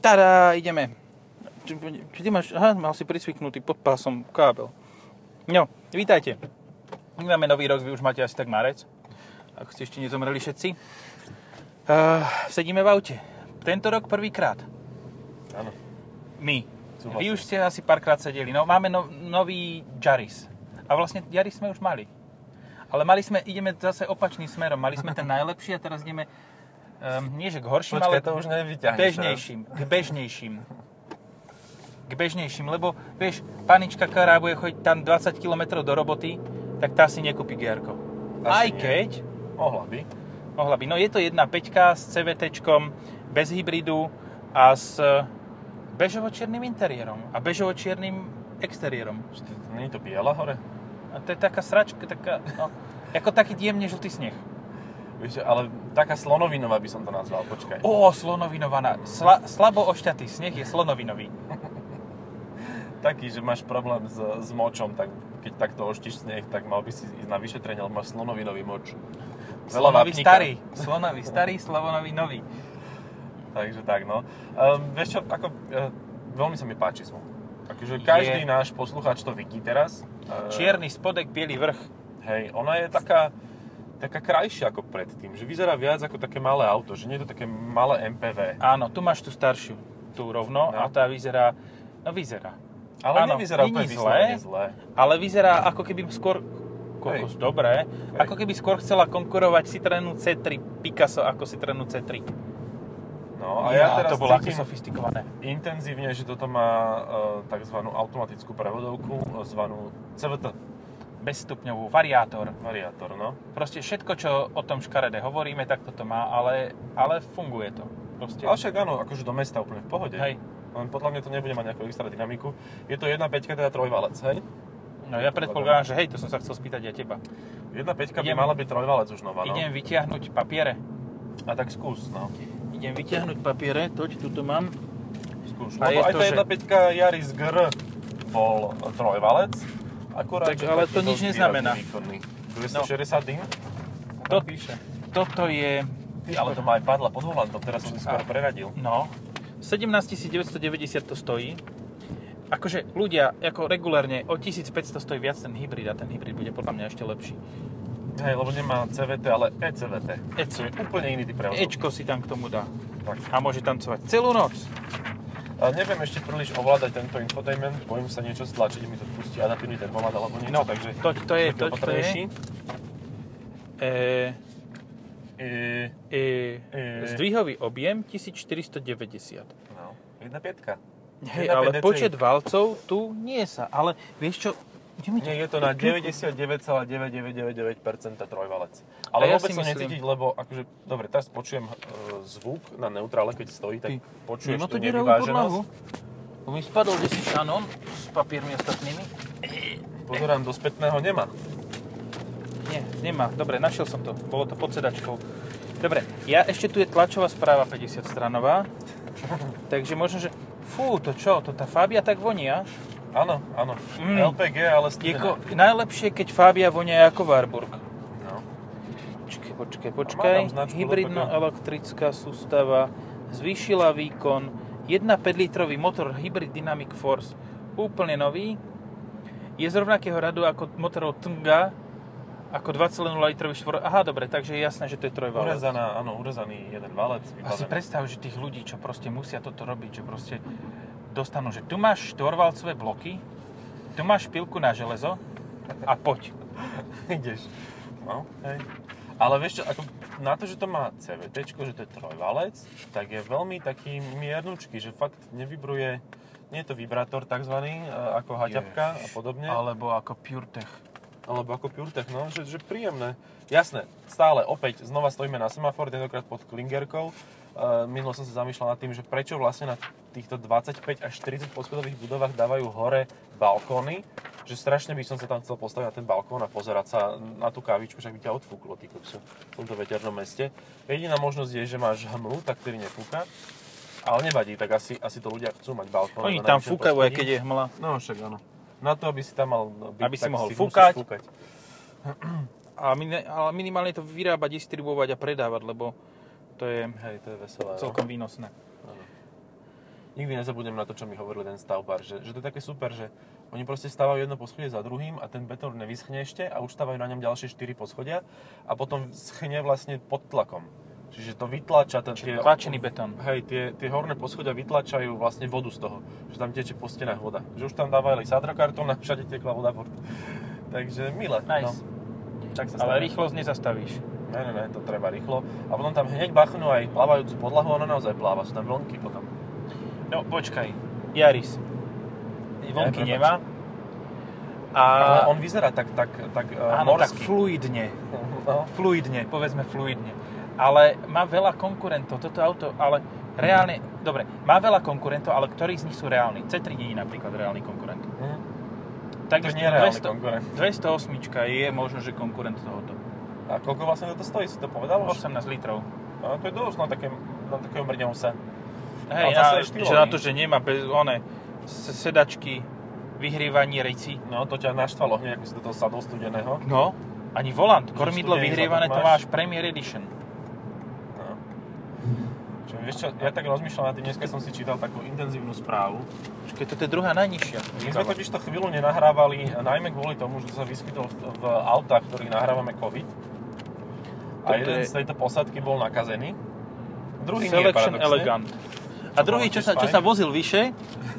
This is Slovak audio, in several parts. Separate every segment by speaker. Speaker 1: Tada, ideme. Či, či ty máš, aha, mal si pricviknutý pod pásom kábel. No, vítajte. My máme nový rok, vy už máte asi tak marec. Ak ste ešte nezomreli všetci. Uh, sedíme v aute. Tento rok prvýkrát.
Speaker 2: Áno.
Speaker 1: My.
Speaker 2: Súhlasím.
Speaker 1: Vy už ste asi párkrát sedeli. No, máme no, nový Jaris. A vlastne Jaris sme už mali. Ale mali sme, ideme zase opačným smerom. Mali sme ten najlepší a teraz ideme, um, nie že k horším,
Speaker 2: Počkaj,
Speaker 1: ale
Speaker 2: to už nevyťahneš.
Speaker 1: bežnejším, k bežnejším. K bežnejším, lebo vieš, panička, ktorá bude chodiť tam 20 km do roboty, tak tá si nekúpi gr Aj
Speaker 2: Asi nie.
Speaker 1: keď,
Speaker 2: Mohla by.
Speaker 1: mohla by. No je to jedna 5 s CVT, bez hybridu a s e, bežovo-čiernym interiérom a bežovo-čiernym exteriérom.
Speaker 2: Ešte, nie je to biela hore?
Speaker 1: A to je taká sračka, taká, no, ako taký jemne žltý sneh.
Speaker 2: Vieš, ale taká slonovinová by som to nazval, počkaj.
Speaker 1: Ó, slonovinovaná. Sla, slabo ošťatý sneh je slonovinový.
Speaker 2: Taký, že máš problém s, s močom, tak keď takto oštíš sneh, tak mal by si ísť na vyšetrenie, lebo máš slonovinový moč. Veľa
Speaker 1: Slonový
Speaker 2: vápnika.
Speaker 1: starý. Slonový starý, slonový nový.
Speaker 2: Takže tak, no. Um, vieš čo, ako, uh, veľmi sa mi páči zvuk. Takže každý
Speaker 1: Je.
Speaker 2: náš poslucháč to vidí teraz. Uh,
Speaker 1: Čierny spodek, biely vrch.
Speaker 2: Hej, ona je taká, taká krajšia ako predtým, že vyzerá viac ako také malé auto, že nie je to také malé MPV.
Speaker 1: Áno, tu máš tú staršiu, tú rovno,
Speaker 2: No.
Speaker 1: a tá vyzerá, no vyzerá.
Speaker 2: Ale
Speaker 1: áno,
Speaker 2: nevyzerá
Speaker 1: není
Speaker 2: úplne
Speaker 1: zlé.
Speaker 2: vyslovene zle.
Speaker 1: Ale vyzerá ako keby skôr, kokos,
Speaker 2: Hej.
Speaker 1: dobré, ako keby skôr chcela konkurovať Citroenu C3 Picasso ako Citroenu C3.
Speaker 2: No a ja, teraz
Speaker 1: to bolo ako
Speaker 2: cítim
Speaker 1: sofistikované.
Speaker 2: intenzívne, že toto má e, tzv. automatickú prevodovku, e, zvanú CVT,
Speaker 1: Bezstupňovú, variátor.
Speaker 2: variátor, no.
Speaker 1: Proste všetko, čo o tom škarede hovoríme, tak toto má, ale, ale funguje to. Proste.
Speaker 2: Ale však áno, akože do mesta úplne v pohode.
Speaker 1: Hej.
Speaker 2: Len podľa mňa to nebude mať nejakú extra dynamiku. Je to 1.5, teda trojvalec, hej?
Speaker 1: No ja predpokladám, že hej, to som sa chcel spýtať aj teba.
Speaker 2: 1.5 by
Speaker 1: Idem-
Speaker 2: mala byť trojvalec už nová, no.
Speaker 1: Idem vytiahnuť papiere.
Speaker 2: A tak skús, no.
Speaker 1: Idem vytiahnuť papiere, toť, tu mám.
Speaker 2: Skúš.
Speaker 1: A
Speaker 2: Lebo
Speaker 1: je
Speaker 2: aj
Speaker 1: to,
Speaker 2: tá
Speaker 1: že-
Speaker 2: 1.5 Yaris GR bol trojvalec, akurát...
Speaker 1: Takže
Speaker 2: že
Speaker 1: ale
Speaker 2: taký
Speaker 1: to nič
Speaker 2: dosť
Speaker 1: neznamená. No.
Speaker 2: výrazne výkonný. 260 dým?
Speaker 1: To-
Speaker 2: To píše.
Speaker 1: Toto je,
Speaker 2: Ty, ale to ma aj padla pod volantom, teraz som si skoro
Speaker 1: A-
Speaker 2: preradil.
Speaker 1: no, 17 990 to stojí. Akože ľudia, ako regulárne, o 1500 stojí viac ten hybrid a ten hybrid bude podľa mňa ešte lepší.
Speaker 2: Hej, lebo nemá CVT, ale E ECVT.
Speaker 1: EC.
Speaker 2: Čo je úplne iný typ prevodu.
Speaker 1: Ečko si tam k tomu dá
Speaker 2: Tak.
Speaker 1: a môže tancovať celú noc.
Speaker 2: A neviem ešte príliš ovládať tento infotainment, bojím sa niečo stlačiť, mi to pustí adaptívny tempomat alebo niečo,
Speaker 1: No,
Speaker 2: takže...
Speaker 1: toť to je, toť
Speaker 2: buďte
Speaker 1: to je.
Speaker 2: opatrnejší.
Speaker 1: E,
Speaker 2: E,
Speaker 1: e,
Speaker 2: E.
Speaker 1: zdvihový objem 1490.
Speaker 2: no, jedna pietka.
Speaker 1: Hej,
Speaker 2: Jedna
Speaker 1: ale
Speaker 2: PDCI.
Speaker 1: počet valcov tu nie sa. Ale vieš čo, kde mi to...
Speaker 2: Nie, je to na 99,9999% trojvalec.
Speaker 1: A
Speaker 2: Ale
Speaker 1: ja
Speaker 2: vôbec
Speaker 1: si
Speaker 2: to
Speaker 1: myslím-
Speaker 2: necítiť, lebo akože, dobre, teraz počujem e, zvuk na neutrále, keď stojí, tak
Speaker 1: Ty,
Speaker 2: počuješ
Speaker 1: Nemá to
Speaker 2: tú
Speaker 1: deravú podlahu?
Speaker 2: nevyváženosť.
Speaker 1: Mi spadol desi šanón s papiermi ostatnými.
Speaker 2: Pozerám, do spätného nemá.
Speaker 1: Nie, nemá. Dobre, našiel som to. Bolo to pod sedačkou. Dobre, ja ešte tu je tlačová správa 50 stranová. Takže možno, že... Fú, to čo? To tá Fabia tak vonia.
Speaker 2: Áno, áno.
Speaker 1: Mm.
Speaker 2: LPG, ale
Speaker 1: Je
Speaker 2: studená.
Speaker 1: ko... najlepšie, keď Fabia vonia ako Warburg.
Speaker 2: No.
Speaker 1: Počkej, počkej, počkaj.
Speaker 2: tam značku
Speaker 1: Hybridno-elektrická sústava zvýšila výkon. 1,5 litrový motor Hybrid Dynamic Force, úplne nový. Je z rovnakého radu ako motorov Tunga, ako 2,0 litrový štvor. Aha, dobre, takže je jasné, že to je trojvalec.
Speaker 2: Urezaná, áno, urezaný jeden valec.
Speaker 1: A si
Speaker 2: vybavený.
Speaker 1: predstav, že tých ľudí, čo proste musia toto robiť, že proste dostanú, že tu máš štvorvalcové bloky, tu máš špilku na železo a poď.
Speaker 2: ideš. No, hej. Ale vieš čo, ako na to, že to má CVT, že to je trojvalec, tak je veľmi taký miernučký, že fakt nevybruje, nie je to vibrátor takzvaný, e, ako haťapka a podobne, ale,
Speaker 1: Alebo ako PureTech.
Speaker 2: alebo ako PureTech, no, že, že príjemné. Jasné, stále, opäť, znova stojíme na semafore, tentokrát pod Klingerkou. E, Minulo som sa zamýšľal nad tým, že prečo vlastne na týchto 25 až 40 poschodových budovách dávajú hore balkóny, že strašne by som sa tam chcel postaviť na ten balkón a pozerať sa na tú kávičku, však by ťa odfúklo ty kokso v tomto veternom meste. Jediná možnosť je, že máš hmlu, tak ktorý nefúka, ale nevadí, tak asi, asi to ľudia chcú mať balkón.
Speaker 1: Oni
Speaker 2: na
Speaker 1: tam
Speaker 2: najvyššom
Speaker 1: fúkajú, aj
Speaker 2: poschodí.
Speaker 1: keď je hmla.
Speaker 2: No však áno. Na to, aby si tam mal byť,
Speaker 1: Aby si
Speaker 2: tak
Speaker 1: mohol
Speaker 2: musíš
Speaker 1: fúkať.
Speaker 2: fúkať.
Speaker 1: A mine, ale minimálne to vyrábať, distribuovať a predávať, lebo to je
Speaker 2: Hej, to je veselé. no.
Speaker 1: celkom výnosné.
Speaker 2: Áno. nikdy nezabudnem na to, čo mi hovoril ten stavbár, že, že to je také super, že oni proste stávajú jedno poschodie za druhým a ten betón nevyschne ešte a už stávajú na ňom ďalšie 4 poschodia a potom schne vlastne pod tlakom. Čiže to vytlača ten, tie,
Speaker 1: Tlačený betón.
Speaker 2: hej, tie, tie horné poschodia vytlačajú vlastne vodu z toho, že tam teče po stenách voda. Že už tam dávali sadrokartón a všade tekla voda furt. Takže milé. no.
Speaker 1: Nice.
Speaker 2: tak sa
Speaker 1: Ale
Speaker 2: stane.
Speaker 1: rýchlosť nezastavíš.
Speaker 2: Ne, ne, ne, to treba rýchlo. A potom tam hneď bachnú aj plávajúcu podlahu, ona naozaj pláva, sú tam vlnky potom.
Speaker 1: No počkaj, Jaris. Vonky
Speaker 2: prepáč.
Speaker 1: nemá. A
Speaker 2: Ale on vyzerá tak, tak, tak uh,
Speaker 1: áno, tak
Speaker 2: morsky.
Speaker 1: fluidne.
Speaker 2: no.
Speaker 1: Fluidne, povedzme fluidne. Ale má veľa konkurentov, toto auto, ale reálne, dobre, má veľa konkurentov, ale ktorí z nich sú reálni? C3 nie je napríklad reálny konkurent.
Speaker 2: Hm. To
Speaker 1: Takisto
Speaker 2: nie je reálny
Speaker 1: 200
Speaker 2: konkurent.
Speaker 1: 208 je možno, že konkurent tohoto.
Speaker 2: A koľko vlastne toto stojí, si to povedal? Už?
Speaker 1: 18 litrov.
Speaker 2: No, to je dosť na, také, na takého mrňovca.
Speaker 1: Hej,
Speaker 2: Ale zase
Speaker 1: a,
Speaker 2: je štýlový.
Speaker 1: že na to, že nemá bez, one, s- sedačky, vyhrievanie reci.
Speaker 2: No, to ťa naštvalo hneď, ako si do toho sadol studeného.
Speaker 1: No. Ani volant, kormidlo
Speaker 2: studený
Speaker 1: vyhrievané, to
Speaker 2: zadok
Speaker 1: máš
Speaker 2: no máš.
Speaker 1: Premier Edition.
Speaker 2: No. Čo, vieš čo, ja tak rozmýšľam nad tým, dneska som si čítal takú intenzívnu správu.
Speaker 1: Počkej, toto je druhá najnižšia.
Speaker 2: My sme totiž to chvíľu nenahrávali, najmä kvôli tomu, že sa vyskytol v, v autách, ktorých nahrávame COVID.
Speaker 1: Toto
Speaker 2: A jeden
Speaker 1: je-
Speaker 2: z tejto posádky bol nakazený. Druhý nie,
Speaker 1: Selection
Speaker 2: paradoxne.
Speaker 1: Elegant. A
Speaker 2: Čo
Speaker 1: druhý,
Speaker 2: bolo
Speaker 1: čo
Speaker 2: tiež
Speaker 1: sa, čo
Speaker 2: fajn.
Speaker 1: sa vozil vyššie,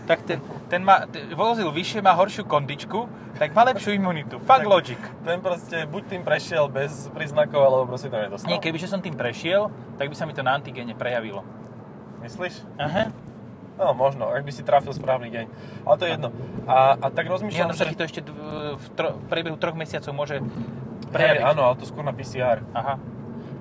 Speaker 1: tak ten, ten má, ten vozil vyššie, má horšiu kondičku, tak má lepšiu imunitu. Fuck
Speaker 2: Tak-
Speaker 1: logic.
Speaker 2: Ten proste buď tým prešiel bez príznakov, alebo proste to nedostal.
Speaker 1: Nie, kebyže som tým prešiel, tak by sa mi to na antigéne prejavilo.
Speaker 2: Myslíš?
Speaker 1: Aha.
Speaker 2: No možno, ak by si trafil správny deň. Ale to je jedno. A, a tak
Speaker 1: Nie,
Speaker 2: rozmýšľam,
Speaker 1: ono sa ti to ešte d- v, tro, v priebehu troch mesiacov môže
Speaker 2: Hej,
Speaker 1: prejaviť.
Speaker 2: áno, ale to skôr na PCR.
Speaker 1: Aha.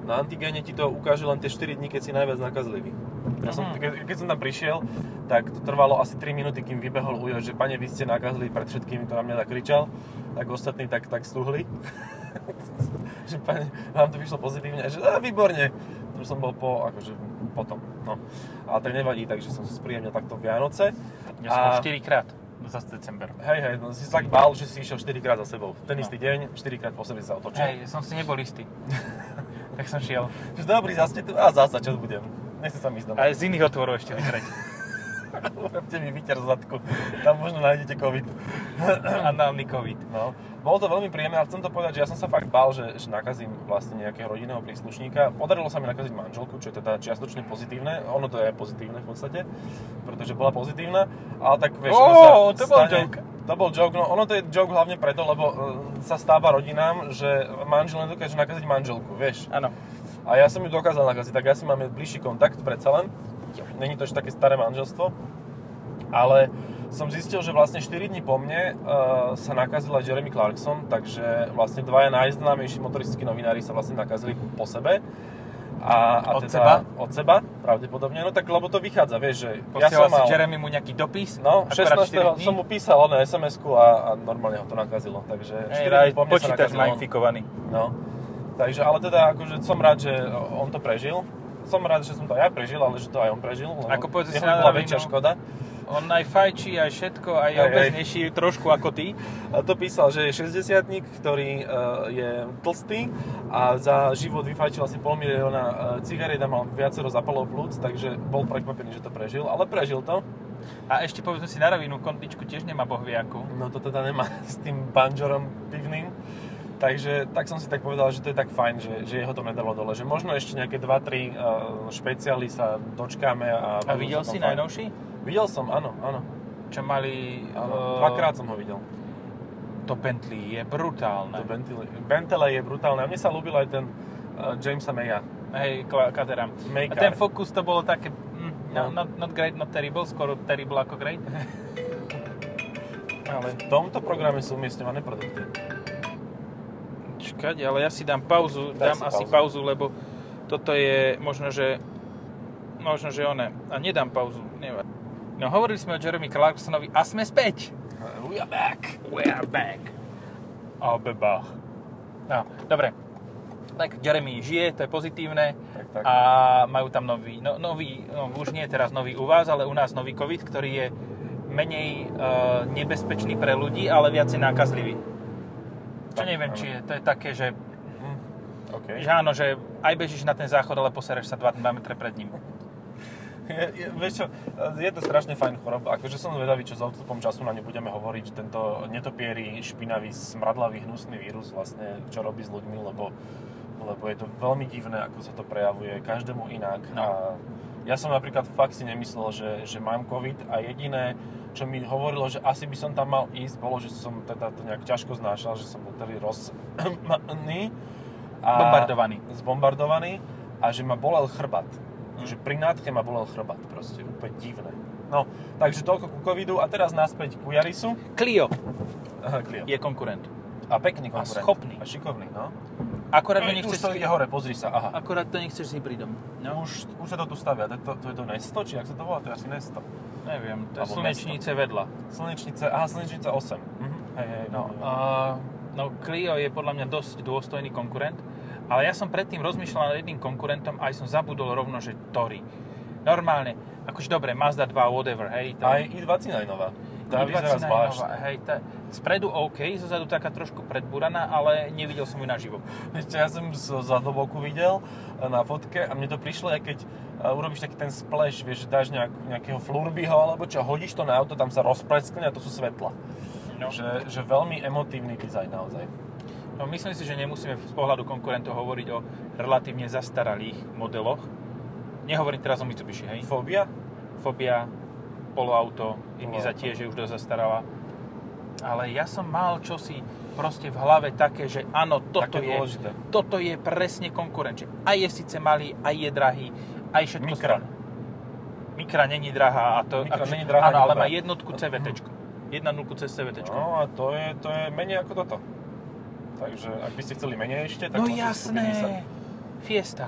Speaker 2: Na antigéne ti to ukáže len tie 4 dní, keď si najviac nakazlivý. Ja som,
Speaker 1: Mhm.
Speaker 2: ke, keď som tam prišiel, tak to trvalo asi 3 minúty, kým vybehol Ujo, že pane, vy ste nakazli pred všetkými, to na mňa zakričal, tak ostatní tak, tak stuhli. že pane, vám to vyšlo pozitívne, A že a, výborne. To už som bol po, akože potom, no. Ale tak nevadí, takže som si spríjemnil takto Vianoce.
Speaker 1: Ja som bol 4 krát za No, december.
Speaker 2: Hej, hej, no, si sa tak bál, že si išiel 4 krát za sebou. Ten
Speaker 1: No.
Speaker 2: istý deň, 4 krát po sebe si sa otočil.
Speaker 1: Hej, som si nebol istý. tak som šiel.
Speaker 2: Že dobrý, zase tu, a zasa čo budem. Nechce sa mi ísť domov.
Speaker 1: A z iných otvorov ešte vytrať.
Speaker 2: Urobte mi vyťar z zadku. Tam možno nájdete COVID.
Speaker 1: Análny covid.
Speaker 2: No. Bolo to veľmi príjemné a chcem to povedať, že ja som sa fakt bál, že, že nakazím vlastne nejakého rodinného príslušníka. Podarilo sa mi nakaziť manželku, čo je teda čiastočne pozitívne. Ono to je pozitívne v podstate, pretože bola pozitívna. Ale tak vieš, ono sa
Speaker 1: Ó, to bol joke.
Speaker 2: To bol joke, no ono to je joke hlavne preto, lebo e, sa stáva rodinám, že manžel nedokáže nakaziť manželku, vieš.
Speaker 1: Áno.
Speaker 2: A ja som ju dokázal nakaziť, tak asi máme bližší kontakt predsa len. Není to ešte také staré manželstvo. Ale som zistil, že vlastne 4 dní po mne uh, sa nakazila Jeremy Clarkson, takže vlastne dvaja najznámejší motoristickí novinári sa vlastne nakazili po sebe. A, a teda
Speaker 1: Od seba?
Speaker 2: Od seba, pravdepodobne. No tak, lebo to vychádza, vieš, že
Speaker 1: Posielal ja si Jeremy mu nejaký dopis.
Speaker 2: No,
Speaker 1: akorát
Speaker 2: 16.
Speaker 1: štyri
Speaker 2: som
Speaker 1: dní.
Speaker 2: mu písal na SMS-ku a, a normálne ho to nakazilo. Takže
Speaker 1: Hej,
Speaker 2: 4
Speaker 1: raj,
Speaker 2: dní po mne
Speaker 1: počítač
Speaker 2: sa nakazilo. on.
Speaker 1: nainfikovaný.
Speaker 2: No. Takže, ale teda akože som rád, že on to prežil. Som rád, že som to aj ja prežil, ale že to aj on prežil. lebo
Speaker 1: Ako povedzme si
Speaker 2: jemu
Speaker 1: na
Speaker 2: bola
Speaker 1: rovinu.
Speaker 2: väčšia škoda.
Speaker 1: On aj fajčí, aj všetko, aj je
Speaker 2: Hej, hej.
Speaker 1: obeznejší trošku ako ty.
Speaker 2: A to písal, že je 60 ktorý eh, je tlstý a za život vyfajčil asi pol milióna eh, cigariet a mal viacero zapalov plúc, takže bol prekvapený, že to prežil, ale prežil to.
Speaker 1: A ešte povedzme si na rovinu, kondičku tiež nemá bohviaku.
Speaker 2: No to teda nemá s tým banžorom pivným. Takže tak som si tak povedal, že to je tak fajn, že, že jeho to nedalo dole. Že možno ešte nejaké 2-3 uh, špeciály sa dočkáme. A,
Speaker 1: A videl si
Speaker 2: sa to fajn.
Speaker 1: najnovší?
Speaker 2: Videl som, áno, áno.
Speaker 1: Čo mali...
Speaker 2: áno.
Speaker 1: eh,
Speaker 2: Dvakrát som ho videl.
Speaker 1: To Bentley je
Speaker 2: To
Speaker 1: brutálne.
Speaker 2: Bentley, Bentley je brutálne. A mne sa ľúbil aj ten uh, Jamesa Maya.
Speaker 1: Hej, kla- katerám. A
Speaker 2: Maykar.
Speaker 1: ten Focus to bolo také... Mm, no,
Speaker 2: No.
Speaker 1: not, not great, not terrible, skoro terrible ako great.
Speaker 2: Ale v tomto programe sú umiestňované produkty.
Speaker 1: Čkať, ale ja si dám pauzu, dám
Speaker 2: Daj si
Speaker 1: asi pauzu. lebo toto je možno, že možno, že one. A nedám pauzu, nevadí. No hovorili sme o Jeremy Clarksonovi a sme späť.
Speaker 2: Eh, We are back!
Speaker 1: We're back. A bebách. No, dobre. Tak Jeremy žije, to je pozitívne.
Speaker 2: Tak, tak.
Speaker 1: A majú tam nový, no, nový, no už nie je teraz nový u vás, ale u nás nový COVID, ktorý je menej e, nebezpečný pre ľudí, ale viacej nákazlivý. Čo
Speaker 2: Tak,
Speaker 1: neviem,
Speaker 2: áno.
Speaker 1: či je, to je také, že,
Speaker 2: Hm, OK.
Speaker 1: že áno, že aj bežíš na ten záchod, ale posereš sa 2 metre pred ním.
Speaker 2: Je, je, vieš čo, je to strašne fajn choroba. Akože som zvedavý, čo s odstupom času na ne budeme hovoriť. Tento netopierý, špinavý, smradlavý, hnusný vírus vlastne, čo robí s ľuďmi, lebo, lebo je to veľmi divné, ako sa to prejavuje. Každému inak.
Speaker 1: No.
Speaker 2: A ja som napríklad fakt si nemyslel, že, že mám COVID a jediné, čo mi hovorilo, že asi by som tam mal ísť, bolo, že som teda to nejak ťažko znášal, že som bol tedy rozmaný. A-
Speaker 1: Bombardovaný.
Speaker 2: zbombardovaný a že ma bolel chrbát. Že pri nádche ma bolel chrbát, proste úplne divné. No, takže toľko ku covidu a teraz naspäť ku Jarisu.
Speaker 1: Clio
Speaker 2: Aha, Clio.
Speaker 1: je konkurent.
Speaker 2: A pekný konkurent.
Speaker 1: schopný.
Speaker 2: A šikovný, no.
Speaker 1: Akorát to
Speaker 2: Ej, tu
Speaker 1: nechceš,
Speaker 2: už to ide hore, pozri sa, aha.
Speaker 1: akorát to nechceš s hybridom. No,
Speaker 2: Už, už sa to tu stavia, to, je to, to je to Nesto, či jak sa to volá, to je asi Nesto.
Speaker 1: neviem, to je
Speaker 2: Alebo
Speaker 1: slnečnice vedľa.
Speaker 2: Slnečnice, aha, Slnečnica 8. Mhm. Hej, hej, no.
Speaker 1: No, a, no Clio je podľa mňa dosť dôstojný konkurent, ale ja som predtým rozmýšľal nad jedným konkurentom a aj som zabudol rovno, že Tori. Normálne, akože dobre, Mazda 2, whatever, hej.
Speaker 2: Aj i20 je nová. Tá
Speaker 1: i20
Speaker 2: vyzerá
Speaker 1: je
Speaker 2: zvlášť.
Speaker 1: nová, Hej, tá, spredu OK, zozadu taká trošku predburaná, ale nevidel som ju naživo.
Speaker 2: Ešte ja som z- za doboku videl e, na fotke a mne to prišlo, jak keď e, urobíš taký ten splash, vieš, že dáš nejak, nejakého flurbyho alebo čo, hodíš to na auto, tam sa rozpreskne a to sú svetla.
Speaker 1: No.
Speaker 2: Že, že veľmi emotívny dizajn naozaj.
Speaker 1: No, myslím si, že nemusíme z pohľadu konkurentov hovoriť o relatívne zastaralých modeloch. Nehovorím teraz o Mitsubishi, hej.
Speaker 2: Fobia?
Speaker 1: Fobia, poloauto, Ibiza
Speaker 2: Poloauto.
Speaker 1: tiež je už dosť zastarala. Ale ja som mal čosi proste v hlave také, že áno, toto
Speaker 2: Také
Speaker 1: je,
Speaker 2: dôležité.
Speaker 1: toto je presne konkurent. Že aj je síce malý, aj je drahý, aj všetko...
Speaker 2: Mikra.
Speaker 1: stane. Mikra není drahá. A to,
Speaker 2: Mikra
Speaker 1: akože-
Speaker 2: není drahá,
Speaker 1: Áno,
Speaker 2: ani
Speaker 1: ale
Speaker 2: dobrá.
Speaker 1: má jednotku CVT. Jedna nulku cez CVT.
Speaker 2: No a to je, to je menej ako toto. Takže ak by ste chceli menej ešte, tak
Speaker 1: No
Speaker 2: môžete kúpiť Nissan.
Speaker 1: jasné, Fiesta.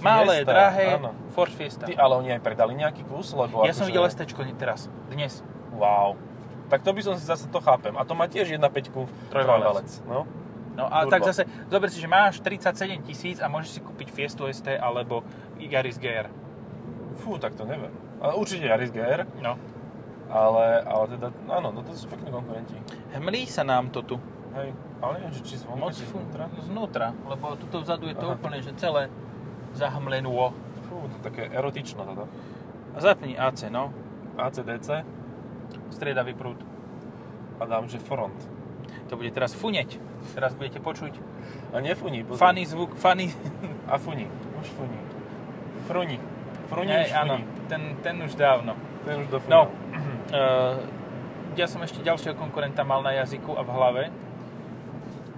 Speaker 1: Malé,
Speaker 2: Fiesta,
Speaker 1: drahé,
Speaker 2: áno.
Speaker 1: Ford Fiesta.
Speaker 2: Ty, ale oni aj predali nejaký kus, lebo
Speaker 1: ja som
Speaker 2: akože-
Speaker 1: videl STčko nie teraz, dnes.
Speaker 2: Wow. Tak to by som si zase to chápem. A to má tiež 1.5
Speaker 1: Trojvalec.
Speaker 2: trojvalec. No.
Speaker 1: No a
Speaker 2: Turbo.
Speaker 1: tak zase, zober si, že máš 37 tisíc a môžeš si kúpiť Fiestu ST alebo Yaris GR.
Speaker 2: Fú, tak to neviem. Ale určite Yaris GR,
Speaker 1: No.
Speaker 2: ale, ale teda, áno, no to sú pekní konkurenti.
Speaker 1: Hmlí sa nám to tu.
Speaker 2: Hej, ale neviem, že či zvonka,
Speaker 1: Moc
Speaker 2: či
Speaker 1: fú,
Speaker 2: zvnútra.
Speaker 1: znútra, lebo tuto vzadu je to
Speaker 2: Aha.
Speaker 1: úplne, že celé zahmlenú.
Speaker 2: Fú, to je také erotično toto.
Speaker 1: A zapni AC, no.
Speaker 2: ACDC
Speaker 1: Striedavý prúd.
Speaker 2: a dám, že front.
Speaker 1: To bude teraz funeť. Teraz budete počuť
Speaker 2: A nefuní, pozri.
Speaker 1: funny zvuk, funny...
Speaker 2: A funí, už funí. Fruní. Fruní
Speaker 1: Hej,
Speaker 2: už
Speaker 1: áno,
Speaker 2: funí.
Speaker 1: ten, ten už dávno.
Speaker 2: Ten už dofunil.
Speaker 1: No, uh, ja som ešte ďalšieho konkurenta mal na jazyku a v hlave,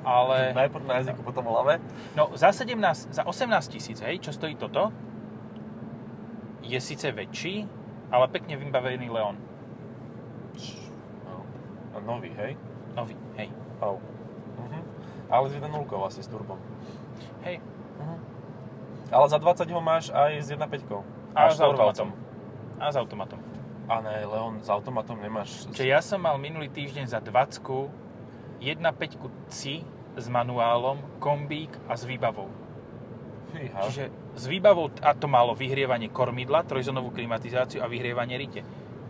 Speaker 1: ale
Speaker 2: Najprv na jazyku, potom hlave.
Speaker 1: no, za, 17, za 18 tisíc, hej, čo stojí toto, je síce väčší, ale pekne vybavený Leon.
Speaker 2: No. A nový, hej?
Speaker 1: Nový, hej.
Speaker 2: Au. Mhm. Ale s 1.0 asi s turbom.
Speaker 1: Hej.
Speaker 2: Mhm. Ale za 20 ho máš aj s 1.5.
Speaker 1: A
Speaker 2: Až
Speaker 1: s automatom. A s automatom.
Speaker 2: A ne, Leon, s automatom nemáš...
Speaker 1: Čiže ja som mal minulý týždeň za 20 1.5 CI s manuálom, kombík a s výbavou.
Speaker 2: Fíha.
Speaker 1: Čiže s výbavou, a to malo vyhrievanie kormidla, trojzónovú klimatizáciu a vyhrievanie rite.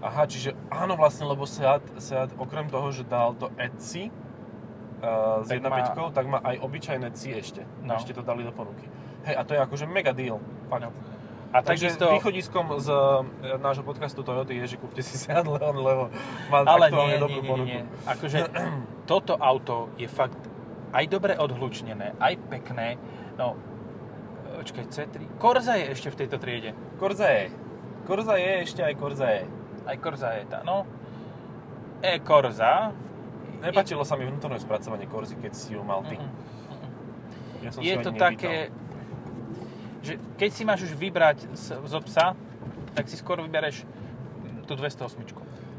Speaker 2: Aha, čiže áno vlastne, lebo Seat, Seat okrem toho, že dal to ECI uh, s
Speaker 1: Tak
Speaker 2: 1.5,
Speaker 1: má-
Speaker 2: tak má aj obyčajné CI ešte.
Speaker 1: No.
Speaker 2: Ešte to dali do ponuky. Hej, a to je akože mega deal. Fakt.
Speaker 1: No. A
Speaker 2: Takže
Speaker 1: takisto...
Speaker 2: východiskom z e, nášho podcastu Toyota je, že kúpte si Seat Leon, lebo má
Speaker 1: Ale nie,
Speaker 2: aktuálne
Speaker 1: nie,
Speaker 2: dobrú
Speaker 1: nie, nie,
Speaker 2: ponuku.
Speaker 1: nie. Akože toto auto je fakt aj dobre odhlučnené, aj pekné. No, očkaj, C3. Korza je ešte v tejto triede.
Speaker 2: Corza je. Corza je, ešte aj Corza je.
Speaker 1: Aj Korza je tá, no. E, E-Korza.
Speaker 2: Nepačilo sa mi vnútorné spracovanie Korzy, keď si ju mal ty.
Speaker 1: Mm,
Speaker 2: Ja som
Speaker 1: Je
Speaker 2: si ho
Speaker 1: to
Speaker 2: ani
Speaker 1: také, že keď si máš už vybrať z, zo psa, tak si skôr vybereš tú 208.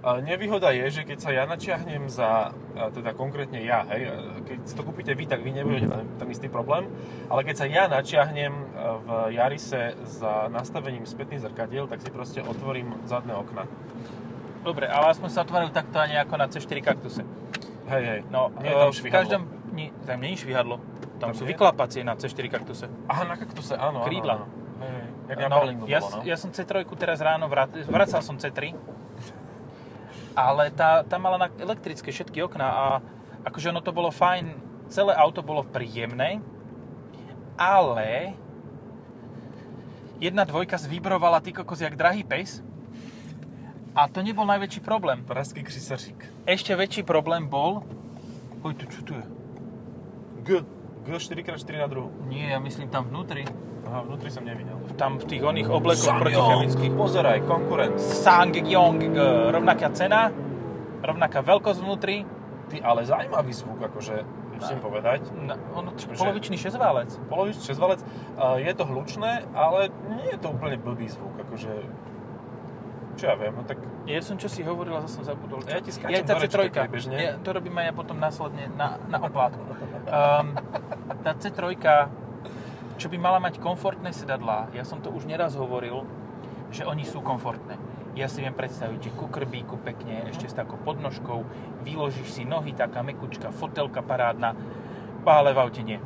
Speaker 2: A Nevýhoda je, že keď sa ja načiahnem za, a teda konkrétne ja, hej, a keď si to kúpite vy, tak vy
Speaker 1: Mhm.
Speaker 2: nebudete mať ten istý problém, ale keď sa ja načiahnem a, v Jarise za nastavením spätných zrkadiel, tak si proste otvorím zadné okna.
Speaker 1: Dobre, ale aspoň sa otvoril takto a nie ako na C4 kaktuse.
Speaker 2: Hej, hej.
Speaker 1: No,
Speaker 2: nie je
Speaker 1: e,
Speaker 2: tam
Speaker 1: v
Speaker 2: švihadlo.
Speaker 1: každom... Nie, tam nie je švihadlo. Tam,
Speaker 2: Tam
Speaker 1: sú
Speaker 2: je?
Speaker 1: vyklapacie na C4 kaktuse.
Speaker 2: Aha, na kaktuse, áno,
Speaker 1: Krídla.
Speaker 2: áno, áno. Hej, hej. Jak na
Speaker 1: No,
Speaker 2: Berlingu
Speaker 1: ja,
Speaker 2: bolo, no.
Speaker 1: ja som C3 teraz ráno vrat, vracal som C3, ale tá, tá mala na elektrické všetky okná a akože ono to bolo fajn, celé auto bolo príjemné, ale jedna dvojka zvibrovala ty kokos jak drahý pes. A to nebol najväčší problém.
Speaker 2: Pražský krysařík.
Speaker 1: Ešte väčší problém bol... Oj, to čo tu je?
Speaker 2: G. G 4x4 na druhu.
Speaker 1: Nie, ja myslím tam vnútri.
Speaker 2: Aha, vnútri som nevidel.
Speaker 1: Tam v tých oných oblekoch protichemických.
Speaker 2: pozeraj, konkurent.
Speaker 1: Sang Yong, rovnaká cena, rovnaká veľkosť vnútri.
Speaker 2: Ty, ale zaujímavý zvuk, akože, musím povedať.
Speaker 1: No, on, čo,
Speaker 2: Že-
Speaker 1: polovičný šesťválec.
Speaker 2: Polovič, šesťvalec, a je to hlučné, ale nie je to úplne blbý zvuk, akože, čo ja viem, no tak
Speaker 1: Ja som čo si hovoril a zase som zabudol.
Speaker 2: Ja ti skáčem
Speaker 1: ja, tá
Speaker 2: do
Speaker 1: C3.
Speaker 2: reči tak priebežne.
Speaker 1: Ja, to robím aj ja potom následne na, na oplátku. Um, tá C3, čo by mala mať komfortné sedadlá, ja som to už neraz hovoril, že oni sú komfortné. Ja si viem predstaviť, že ku krbíku pekne,
Speaker 2: Mhm.
Speaker 1: ešte s takou podnožkou, vyložíš si nohy, taká mekučka, fotelka parádna, ale v aute nie.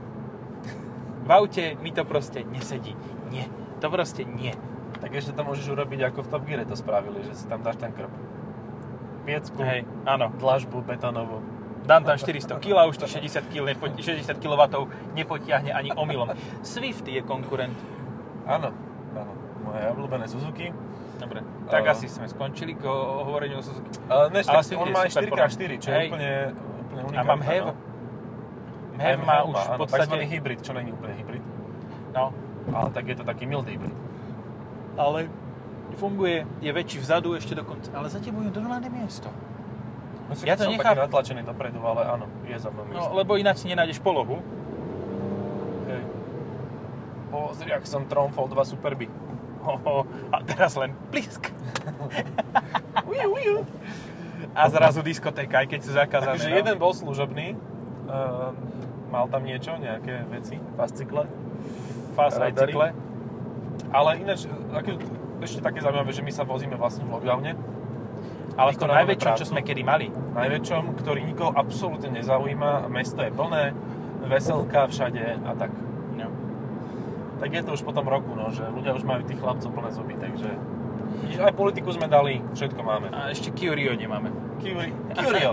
Speaker 1: V aute mi to proste nesedí. Nie. To proste nie.
Speaker 2: Tak ešte to môžeš urobiť, ako v Top Gear to spravili, že si tam dáš ten krb. Piecku,
Speaker 1: Hej, áno.
Speaker 2: dlažbu betónovú.
Speaker 1: Dám tam 400 kg, už ti 60, kg nepo, 60 kW nepotiahne ani omylom. Swift je konkurent.
Speaker 2: Áno, áno. Moje obľúbené Suzuki.
Speaker 1: Dobre, tak
Speaker 2: Áno.
Speaker 1: asi sme skončili k o- o hovoreniu o Eh, Suzuki.
Speaker 2: Ale než
Speaker 1: Ale
Speaker 2: tak,
Speaker 1: si
Speaker 2: on
Speaker 1: vidíš,
Speaker 2: má aj
Speaker 1: super
Speaker 2: 4x4, čo je
Speaker 1: Hej.
Speaker 2: úplne, úplne
Speaker 1: A
Speaker 2: unikátne.
Speaker 1: mám HEV.
Speaker 2: no. Aj
Speaker 1: HEV má
Speaker 2: Heva,
Speaker 1: už v
Speaker 2: áno,
Speaker 1: podstate...
Speaker 2: Takzvaný hybrid, čo není úplne hybrid.
Speaker 1: No,
Speaker 2: Ale tak je to taký mild hybrid.
Speaker 1: ale funguje, je väčší vzadu ešte dokonca, ale za tebou je dorovnané miesto.
Speaker 2: No, si
Speaker 1: Ja to
Speaker 2: som
Speaker 1: necháp-
Speaker 2: taký natlačený dopredu, ale áno, je za mnou miesto.
Speaker 1: No, lebo ináč si nenájdeš polohu.
Speaker 2: Hej. Pozri, ak som tromfol dva Superby.
Speaker 1: Oho, a teraz len plisk. Ujú, ujú. a zrazu diskotéka, aj keď sú zakázané.
Speaker 2: Takže
Speaker 1: no.
Speaker 2: jeden bol služobný, ehm, mal tam niečo, nejaké veci, fascikle.
Speaker 1: Fast aj
Speaker 2: radary.
Speaker 1: cykle.
Speaker 2: Ale ináč, aké, ešte také zaujímavé, že my sa vozíme vlastne v lockdowne,
Speaker 1: Ale v tom
Speaker 2: Vykonávame
Speaker 1: najväčšom, čo
Speaker 2: prácu.
Speaker 1: sme kedy mali.
Speaker 2: najväčšom, ktorý nikoho absolútne nezaujíma, mesto je plné, veselka všade a tak.
Speaker 1: No.
Speaker 2: Tak je to už po tom roku, no, že ľudia už majú tých chlapcov plné zuby, takže... Vidíš, aj politiku sme dali, všetko máme.
Speaker 1: A ešte Kyrio nemáme.
Speaker 2: Kyuri- Kyrio,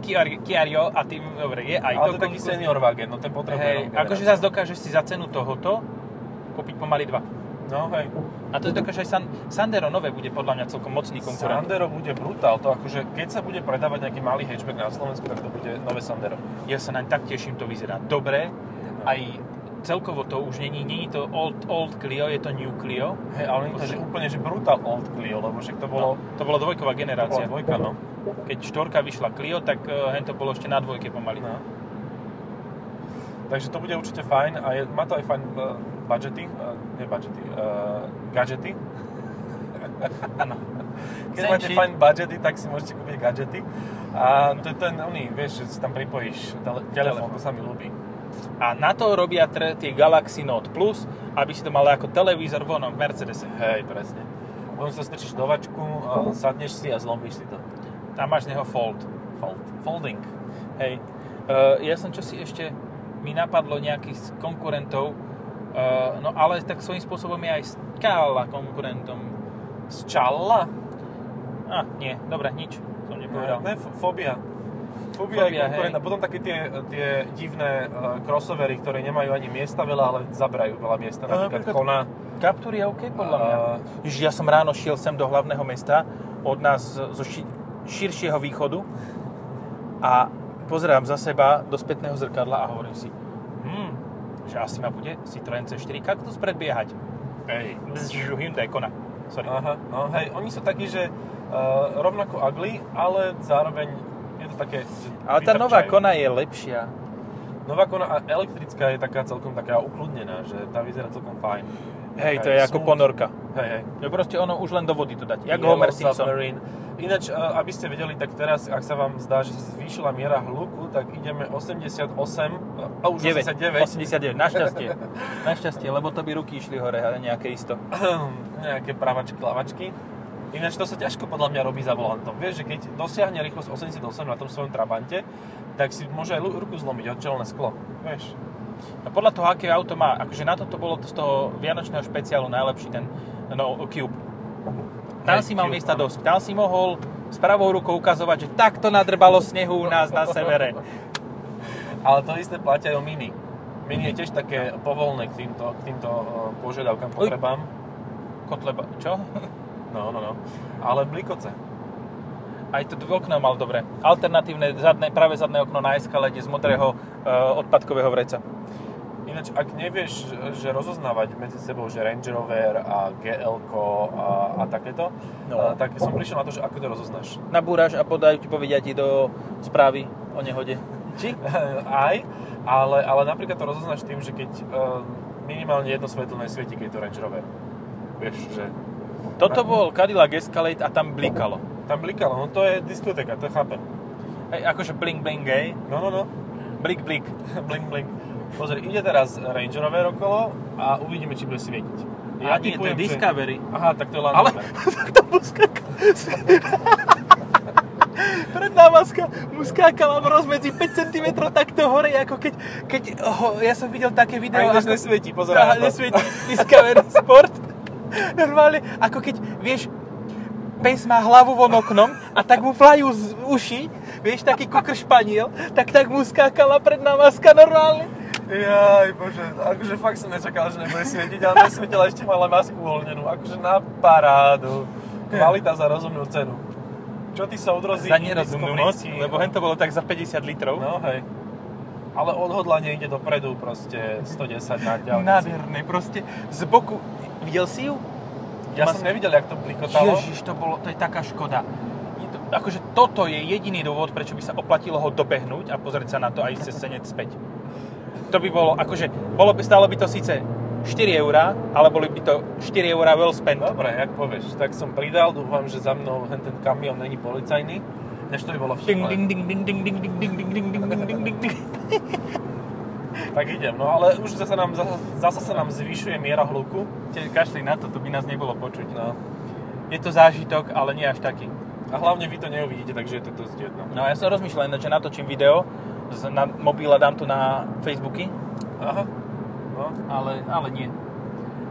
Speaker 1: Kyar- Kyario a tým, dobre, je aj
Speaker 2: ale
Speaker 1: to
Speaker 2: to je taký
Speaker 1: konkurs-
Speaker 2: senior wagen, no ten potrebuje
Speaker 1: Hej,
Speaker 2: novú
Speaker 1: akože
Speaker 2: generáciu.
Speaker 1: zase dokážeš si za cenu tohoto kúpiť pomaly dva.
Speaker 2: No hej,
Speaker 1: A to dokáže aj San, Sandero nové bude podľa mňa celkom mocný konkurent.
Speaker 2: Sandero bude brutál, to akože, keď sa bude predávať nejaký malý hatchback na Slovensku, tak to bude nové Sandero.
Speaker 1: Ja sa naň tak teším, to vyzerá dobre. Aj celkovo to už není, není to old, old Clio, je to new Clio.
Speaker 2: Hej, ale nie je to, že úplne, že brutál old Clio, lebo však to bolo,
Speaker 1: Bolo, to bolo dvojková
Speaker 2: to bola
Speaker 1: generácia.
Speaker 2: dvojka, no.
Speaker 1: Keď štvorka vyšla Clio, tak uh, hen to bolo ešte na dvojke pomaly.
Speaker 2: No. Takže to bude určite fajn a je, má to aj fajn uh, budgety, uh, nie budgety, uh, gadgety.
Speaker 1: Áno.
Speaker 2: Keď máte fajn budgety, tak si môžete kúpiť gadgety. A to je ten, oný, vieš, že si tam pripojíš tele, telefón, to sa mi ľúbi.
Speaker 1: A na to robia tre, tie Galaxy Note Plus, aby si to mal ako televízor vonom v Mercedese.
Speaker 2: Hej, presne. Potom sa strčíš do vačku, uh, sadneš si a zlomíš si to.
Speaker 1: Tam máš z neho fold.
Speaker 2: Fold. Folding.
Speaker 1: Hej. Uh, ja som čosi ešte, mi napadlo nejakých z konkurentov, uh, no ale tak svojím spôsobom je aj Scala konkurentom.
Speaker 2: Z čala?
Speaker 1: A, nie, dobre, nič som nepovedal.
Speaker 2: Ne, f- fóbia.
Speaker 1: Fóbia,
Speaker 2: Fóbia, je konkurent.
Speaker 1: hej.
Speaker 2: A potom také tie, tie divné uh, crossovery, ktoré nemajú ani miesta veľa, ale zaberajú veľa miesta.
Speaker 1: No,
Speaker 2: Napríklad
Speaker 1: napríklad-
Speaker 2: Kona.
Speaker 1: Captur je OK podľa mňa.
Speaker 2: A-
Speaker 1: Ježiš, ja som ráno šiel sem do hlavného mesta od nás z- zo ši- širšieho východu a pozerám za seba do spätného zrkadla a hovorím si, hmm, že asi ma bude Citroen C4 Cactus predbiehať.
Speaker 2: Hej.
Speaker 1: Bzžu, Hyundai Kona. Sorry.
Speaker 2: Aha, no hej, oni sú takí, že uh, rovnako ugly, ale zároveň je to také... že
Speaker 1: Ale tá
Speaker 2: vytrčajú.
Speaker 1: nová Kona je lepšia.
Speaker 2: Nová Kona a elektrická je taká celkom taká ukludnená, že tá vyzerá celkom fajn.
Speaker 1: Hej, to
Speaker 2: Taká
Speaker 1: je ako
Speaker 2: smooth.
Speaker 1: ponorka.
Speaker 2: Hej, hej.
Speaker 1: No proste ono už len do vody to dať. Jak
Speaker 2: Yellow
Speaker 1: Homer Simpson.
Speaker 2: Submarine. Ináč, e, aby ste vedeli, tak teraz, ak sa vám zdá, že sa zvýšila miera hluku, tak ideme 88, e, a už
Speaker 1: 9, 89,
Speaker 2: 89,
Speaker 1: našťastie. našťastie, lebo to by ruky išli hore, ale nejaké isto.
Speaker 2: nejaké pravačky, lavačky. Ináč to sa ťažko podľa mňa robí za volantom. Vieš, že keď dosiahne rýchlosť 88 na tom svojom Trabante, tak si môže aj lu- ruku zlomiť od čelné sklo. Vieš,
Speaker 1: No podľa toho, aké auto má, akože na toto bolo to z toho vianočného špeciálu najlepší ten no, Cube. Tam
Speaker 2: Hej,
Speaker 1: si mal
Speaker 2: Cube,
Speaker 1: miesta
Speaker 2: áno.
Speaker 1: dosť. Tam si mohol s pravou rukou ukazovať, že takto nadrbalo snehu u nás na severe.
Speaker 2: ale to isté platia aj o Mini. Mini je tiež také povolné k týmto, k týmto e, požiadavkám,
Speaker 1: Oj.
Speaker 2: potrebám.
Speaker 1: Kotleba, čo?
Speaker 2: No, no, no. Ale blikoce.
Speaker 1: Aj to dve okna mal dobre. Alternatívne zadné, práve zadné okno na eskalade z modrého e, odpadkového vreca.
Speaker 2: Ináč, ak nevieš, že rozoznávať medzi sebou, že Range Rover a gl a, a takéto,
Speaker 1: No.
Speaker 2: no. tak som prišiel na to, že ako to rozoznáš.
Speaker 1: Nabúraš a podajú ti povedia ti do správy o nehode. Či?
Speaker 2: Aj, ale, ale napríklad to rozoznáš tým, že keď um, minimálne jedno svetlné svieti, keď je to Range Rover. Vieš, že
Speaker 1: Toto bol Cadillac Escalade a tam blikalo.
Speaker 2: tam blikalo, no to je diskoteka, to chápem.
Speaker 1: Hej, akože bling bling, hej.
Speaker 2: No, no, no,
Speaker 1: Blik blik.
Speaker 2: blink, blink. Pozri, ide teraz Range Rover okolo a uvidíme, či bude svietiť.
Speaker 1: a nie, to je Discovery.
Speaker 2: Že... Aha, tak to je Land
Speaker 1: Ale
Speaker 2: Rover.
Speaker 1: to muskáka... Predná maska mu skákala v rozmedzi 5 cm takto hore, ako keď, keď ho, ja som videl také
Speaker 2: A
Speaker 1: video, ako,
Speaker 2: ináč nesvieti, pozeraj
Speaker 1: Aha,
Speaker 2: na to.
Speaker 1: nesvieti Discovery Sport. Normálne, ako keď, vieš, pes má hlavu von oknom a tak mu vlajú z uši, vieš, taký kokr španiel, tak tak mu skákala predná maska normálne.
Speaker 2: Jaj, bože, akože fakt som nečakal, že nebude svietiť, ale nesvietila ešte mala masku uvoľnenú, akože na parádu. Kvalita za rozumnú cenu. Čo ty sa udrozí?
Speaker 1: Za nerozumnú moc,
Speaker 2: komunisti?
Speaker 1: lebo hen to bolo tak za 50 litrov.
Speaker 2: No hej. Ale odhodlanie ide dopredu, proste 110 na
Speaker 1: No,
Speaker 2: ďalnici.
Speaker 1: Nádherné, proste z boku. Videl si ju?
Speaker 2: Ja
Speaker 1: Mas-
Speaker 2: som nevidel, jak to blikotalo.
Speaker 1: Ježiš, to, bolo, to je taká škoda. Je to, akože toto je jediný dôvod, prečo by sa oplatilo ho dobehnúť a pozrieť sa na to aj cez senec späť. To by bolo, akože, bolo by, stálo by to síce 4 eurá, ale boli by to 4 eurá well spent.
Speaker 2: Dobre, jak povieš, tak som pridal, dúfam, že za mnou hen ten kamión není policajný. Než to by bolo
Speaker 1: Ding, ding,
Speaker 2: vtipné.
Speaker 1: ding, ding, ding, ding, ding, ding, ding, ding, ding, ding, ding, ding.
Speaker 2: Tak idem, no ale už zase, nám, zasa, zasa sa nám zvyšuje miera hluku.
Speaker 1: Te- Kašli na to, to by nás nebolo počuť.
Speaker 2: No.
Speaker 1: Je to zážitok, ale nie až taký.
Speaker 2: A hlavne vy to neuvidíte, takže je to dosť jedno.
Speaker 1: No a ja som rozmýšľal, ináč, že natočím video, z, na mobila dám to na Facebooky,
Speaker 2: Aha. No.
Speaker 1: ale, ale nie.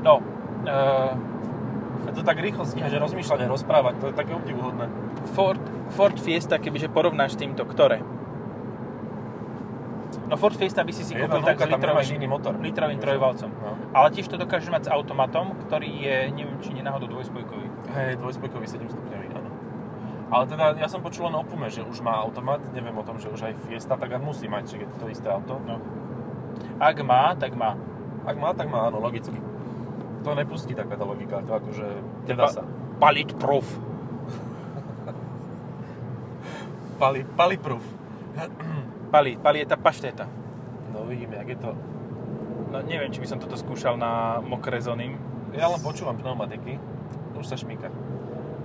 Speaker 1: No, eh,
Speaker 2: A to tak rýchlo stíha, že rozmýšľať a rozprávať, to je také obdivuhodné.
Speaker 1: Ford, Ford Fiesta, kebyže porovnáš s týmto, ktoré? No Ford Fiesta by si si
Speaker 2: Jedna
Speaker 1: kúpil tak s
Speaker 2: nuka, tam nemáš
Speaker 1: litrovým,
Speaker 2: iný motor.
Speaker 1: litrovým trojvalcom.
Speaker 2: No.
Speaker 1: Ale tiež to dokážeš mať s automatom, ktorý je, neviem, či nenáhodou dvojspojkový.
Speaker 2: Hej, dvojspojkový 7 stupňový, áno. Ale teda ja som počul len o Pume, že už má automat, neviem o tom, že už aj Fiesta, tak on musí mať, že je to isté auto.
Speaker 1: No. Ak má, tak má.
Speaker 2: Ak má, tak má, áno, logicky. To nepustí taká tá logika, to akože
Speaker 1: Pa-
Speaker 2: nedá sa.
Speaker 1: Palit proof.
Speaker 2: Pali, pali proof.
Speaker 1: Palit, palieta pašteta.
Speaker 2: No uvidíme, jak je to.
Speaker 1: No neviem, či by som toto skúšal na mokré zóny.
Speaker 2: Ja len počúvam pneumatiky, už sa šmíka.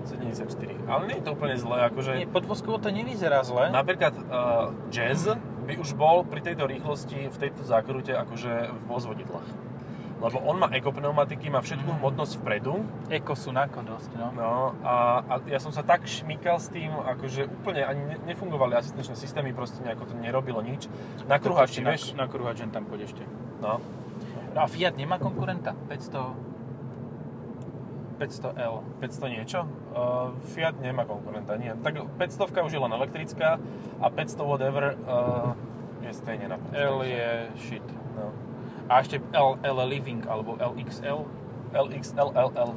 Speaker 2: 74. Ale nie je to úplne zlé, akože...
Speaker 1: Nie, podvozkovo to nevyzerá zle.
Speaker 2: Napríklad uh, jazz by už bol pri tejto rýchlosti, v tejto zákrute, akože vo zvodidlách. Lebo on má ekopneumatiky, má všetku hmotnosť vpredu.
Speaker 1: Eko sú nako dosť, no.
Speaker 2: No a, a ja som sa tak šmykal s tým, akože úplne ani ne- nefungovali asistenčné systémy, proste nejako to nerobilo nič. Na kruhači,
Speaker 1: na,
Speaker 2: vieš?
Speaker 1: na kruhač, len tam pôjde ešte.
Speaker 2: No.
Speaker 1: No a Fiat nemá konkurenta? 500... 500L.
Speaker 2: 500 niečo. Uh, Fiat nemá konkurenta, nie. Tak 500 už je len elektrická a 500 whatever uh, je stejne na
Speaker 1: L je shit.
Speaker 2: No.
Speaker 1: A ešte L, L Living, alebo LXL.
Speaker 2: LXLLL.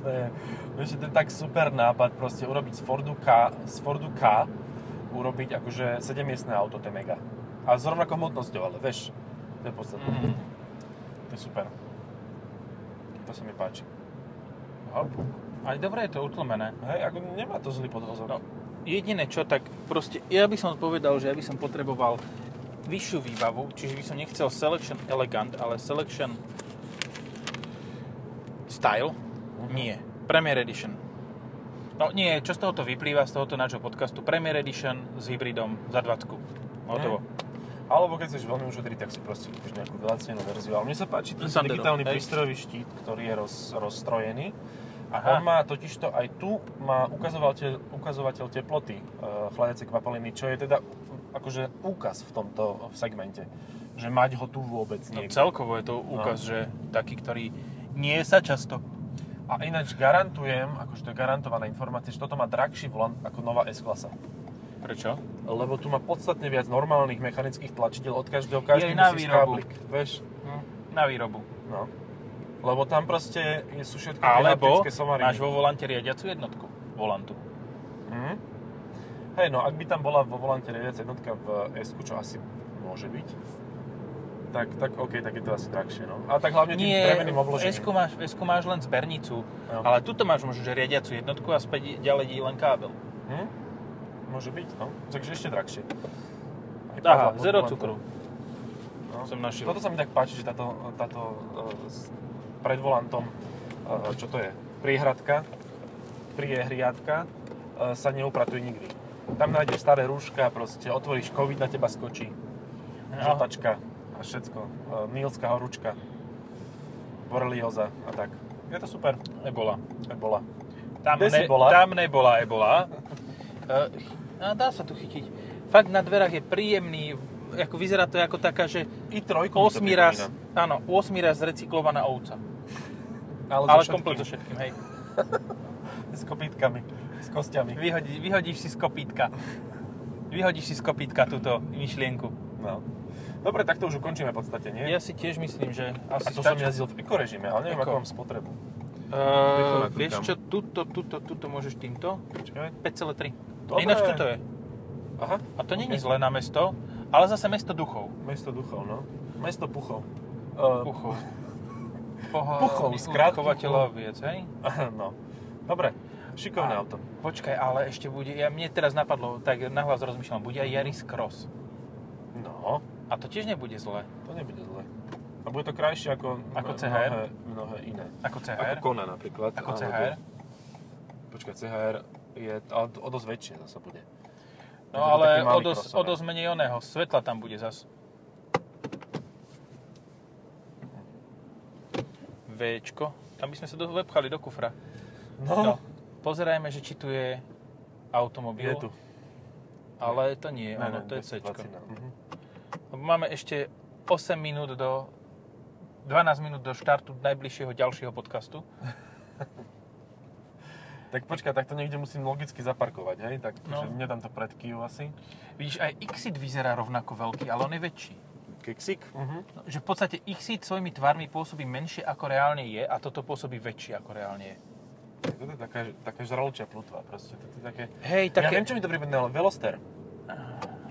Speaker 2: To je, vieš, že to je tak super nápad, proste urobiť z Fordu K, z Fordu K urobiť akože 7 miestne auto, to je mega. A s rovnakou hmotnosťou, ale vieš, to je podstatné.
Speaker 1: Mm.
Speaker 2: To je super. To sa mi páči.
Speaker 1: Hop. Ale dobre je to utlmené.
Speaker 2: Hej, ako nemá to zlý podvozok.
Speaker 1: No, jediné čo, tak proste, ja by som povedal, že ja by som potreboval vyššiu výbavu, čiže by som nechcel Selection Elegant, ale Selection Style. Nie. Premier Edition. No nie, čo z tohoto vyplýva, z tohoto nášho podcastu? Premier Edition s hybridom za 20. Hotovo.
Speaker 2: Alebo keď chceš veľmi ušetriť, tak si proste kúpiš nejakú vylacnenú verziu. Ale mne sa páči ten
Speaker 1: Sandero,
Speaker 2: digitálny
Speaker 1: hej.
Speaker 2: prístrojový štít, ktorý je roz, rozstrojený. A
Speaker 1: Aha.
Speaker 2: on má totižto aj tu má ukazovateľ, ukazovateľ teploty e, chladiacej kvapaliny, čo je teda akože úkaz v tomto segmente. Že mať ho tu vôbec
Speaker 1: No,
Speaker 2: niekde.
Speaker 1: celkovo je to úkaz, že taký, ktorý nie sa často.
Speaker 2: A ináč garantujem, akože to je garantovaná informácia, že toto má drahší volant ako nová S-klasa.
Speaker 1: Prečo?
Speaker 2: Lebo tu má podstatne viac normálnych mechanických tlačidel od každého, každý
Speaker 1: na
Speaker 2: musí
Speaker 1: výrobu.
Speaker 2: skáblik, vieš?
Speaker 1: Na výrobu.
Speaker 2: No. Lebo tam proste je- sú všetko tie
Speaker 1: Alebo
Speaker 2: haptické somariny.
Speaker 1: máš vo volante riadiacu jednotku volantu.
Speaker 2: Mhm. Hej, no ak by tam bola vo volante riadiaca jednotka v s čo asi môže byť, tak, tak OK, tak je to asi drahšie, no. A tak hlavne tým
Speaker 1: Nie,
Speaker 2: dreveným
Speaker 1: v
Speaker 2: obložením.
Speaker 1: S-ku máš, v S-ku máš len zbernicu,
Speaker 2: No.
Speaker 1: ale tuto máš možno, že riadiacu jednotku a späť ďalej je len kábel.
Speaker 2: Hm? Môže byť, no. Takže ešte drahšie. Aj padla
Speaker 1: Aha,
Speaker 2: pod
Speaker 1: zero
Speaker 2: volantom.
Speaker 1: cukru
Speaker 2: No.
Speaker 1: som našiel.
Speaker 2: Toto sa mi tak páči, že táto, táto eh, s- pred volantom, eh, čo to je, priehradka, priehriadka, eh, sa neupratuje nikdy. Tam nájdeš staré rúška, proste otvoríš COVID, na teba skočí.
Speaker 1: No.
Speaker 2: Žltačka a všetko. Eh, Nílska horúčka. Borelioza a tak. Je to super.
Speaker 1: Ebola.
Speaker 2: Ebola.
Speaker 1: Tam,
Speaker 2: Kde si
Speaker 1: ne,
Speaker 2: bola?
Speaker 1: tam nebola ebola. Eh, A dá sa tu chytiť. Fakt na dverách je príjemný, ako vyzerá to ako taká, že
Speaker 2: I trojku. mi
Speaker 1: 8
Speaker 2: to
Speaker 1: raz,
Speaker 2: pripomína.
Speaker 1: áno, 8 raz recyklovaná ovca.
Speaker 2: Ale,
Speaker 1: Ale
Speaker 2: so
Speaker 1: komplet so
Speaker 2: všetkým.
Speaker 1: všetkým, hej.
Speaker 2: S kopítkami. S kostiami.
Speaker 1: Vyhodí, vyhodíš si z kopítka. Vyhodíš si z kopítka túto myšlienku.
Speaker 2: No. Dobre, tak to už ukončíme v podstate, nie?
Speaker 1: Ja si tiež myslím, že
Speaker 2: A
Speaker 1: asi
Speaker 2: to som
Speaker 1: stačí. Eh,
Speaker 2: jazdil v ekorežime, ale neviem,
Speaker 1: Eko.
Speaker 2: ako mám spotrebu. Rýchlo
Speaker 1: Uh,
Speaker 2: naklikám.
Speaker 1: vieš čo, tuto, tuto, tuto môžeš týmto.
Speaker 2: Počkaj.
Speaker 1: 5,3.
Speaker 2: Dobre.
Speaker 1: Ináč toto je.
Speaker 2: Aha,
Speaker 1: A to není
Speaker 2: Ok.
Speaker 1: zlé na mesto, ale zase mesto duchov.
Speaker 2: mesto duchov, no. Mesto puchov. Uh,
Speaker 1: Puchov. Poho-
Speaker 2: Puchov, skrát
Speaker 1: chovateľov viec, hej?
Speaker 2: no. Dobre, šikovné
Speaker 1: A-
Speaker 2: auto.
Speaker 1: Počkaj, ale ešte bude, ja, mne teraz napadlo, tak nahlas rozmýšľam, bude aj Yaris Cross.
Speaker 2: No,
Speaker 1: A to tiež nebude zlé,
Speaker 2: to nebude zle. A bude to krajšie ako,
Speaker 1: Ako CHR?
Speaker 2: mnohé- mnohé iné.
Speaker 1: ako
Speaker 2: Ako
Speaker 1: CHR.
Speaker 2: Kona napríklad.
Speaker 1: Ako
Speaker 2: alebo-
Speaker 1: CHR?
Speaker 2: Počkaj, CHR je ale o dosť väčšie zase bude.
Speaker 1: No
Speaker 2: Je to
Speaker 1: ale
Speaker 2: taký malý
Speaker 1: o dosť, o
Speaker 2: crossover.
Speaker 1: dosť menej oného, svetla tam bude zas. Včko, tam by sme sa do- vepchali do kufra. No,
Speaker 2: No,
Speaker 1: pozerajme, že či tu je automobil.
Speaker 2: je tu.
Speaker 1: Ale to nie,
Speaker 2: Ne,
Speaker 1: áno,
Speaker 2: ne,
Speaker 1: to je C.
Speaker 2: 220, no. Mhm.
Speaker 1: Máme ešte 8 minút do... 12 minút do štartu najbližšieho ďalšieho podcastu.
Speaker 2: Tak počkaj, tak to niekde musím logicky zaparkovať, hej? Tak,
Speaker 1: No.
Speaker 2: no. že mne tam to pred Kiu asi.
Speaker 1: Vidíš, aj Xit vyzerá rovnako veľký, ale on je väčší.
Speaker 2: Keksik. Mhm.
Speaker 1: No, Že v podstate Xit svojimi tvarmi pôsobí menšie ako reálne je a toto pôsobí väčšie ako reálne je.
Speaker 2: Tak To je taká, taká žraločia plutva proste. To je také...
Speaker 1: Hej,
Speaker 2: Také... Ja
Speaker 1: také...
Speaker 2: viem, čo mi to pripomínalo. Veloster.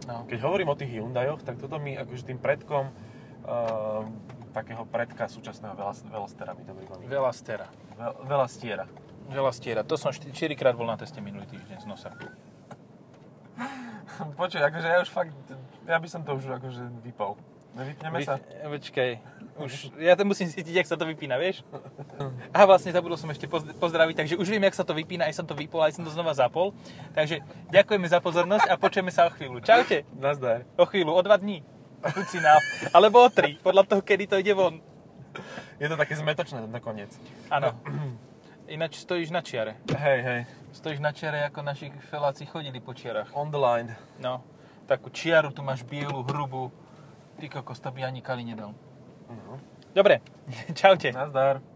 Speaker 1: no.
Speaker 2: Keď hovorím o tých Hyundaioch, tak toto mi akože tým predkom uh, takého predka súčasného Velas- Velostera mi to pripomína.
Speaker 1: Veľa stera.
Speaker 2: Ve- Velastiera.
Speaker 1: Veľa stiera. To som 4 krát bol na teste minulý týždeň z nosa.
Speaker 2: Počuj, akože ja už fakt, ja by som to už akože vypol. Nevypneme sa?
Speaker 1: Počkaj, eh, už, ja to musím cítiť, jak sa to vypína, vieš? A vlastne zabudol som ešte pozd- pozdraviť, takže už viem, jak sa to vypína, aj som to vypol, aj som to znova zapol. Takže ďakujeme za pozornosť a počujeme sa o chvíľu. Čaute,
Speaker 2: Nazdar.
Speaker 1: o chvíľu, o dva dní. Buď si na, alebo o tri, podľa toho, kedy to ide von.
Speaker 2: Je to také zmetočné nakoniec.
Speaker 1: Áno. Ináč stojíš na čiare.
Speaker 2: Hej, hej.
Speaker 1: Stojíš na čiare, ako naši feláci chodili po čiarach.
Speaker 2: On the line.
Speaker 1: No, takú čiaru tu máš bielu, hrubú. Ty kokos, to by ani Kali nedal.
Speaker 2: No.
Speaker 1: Dobre, čaute.
Speaker 2: Nazdar.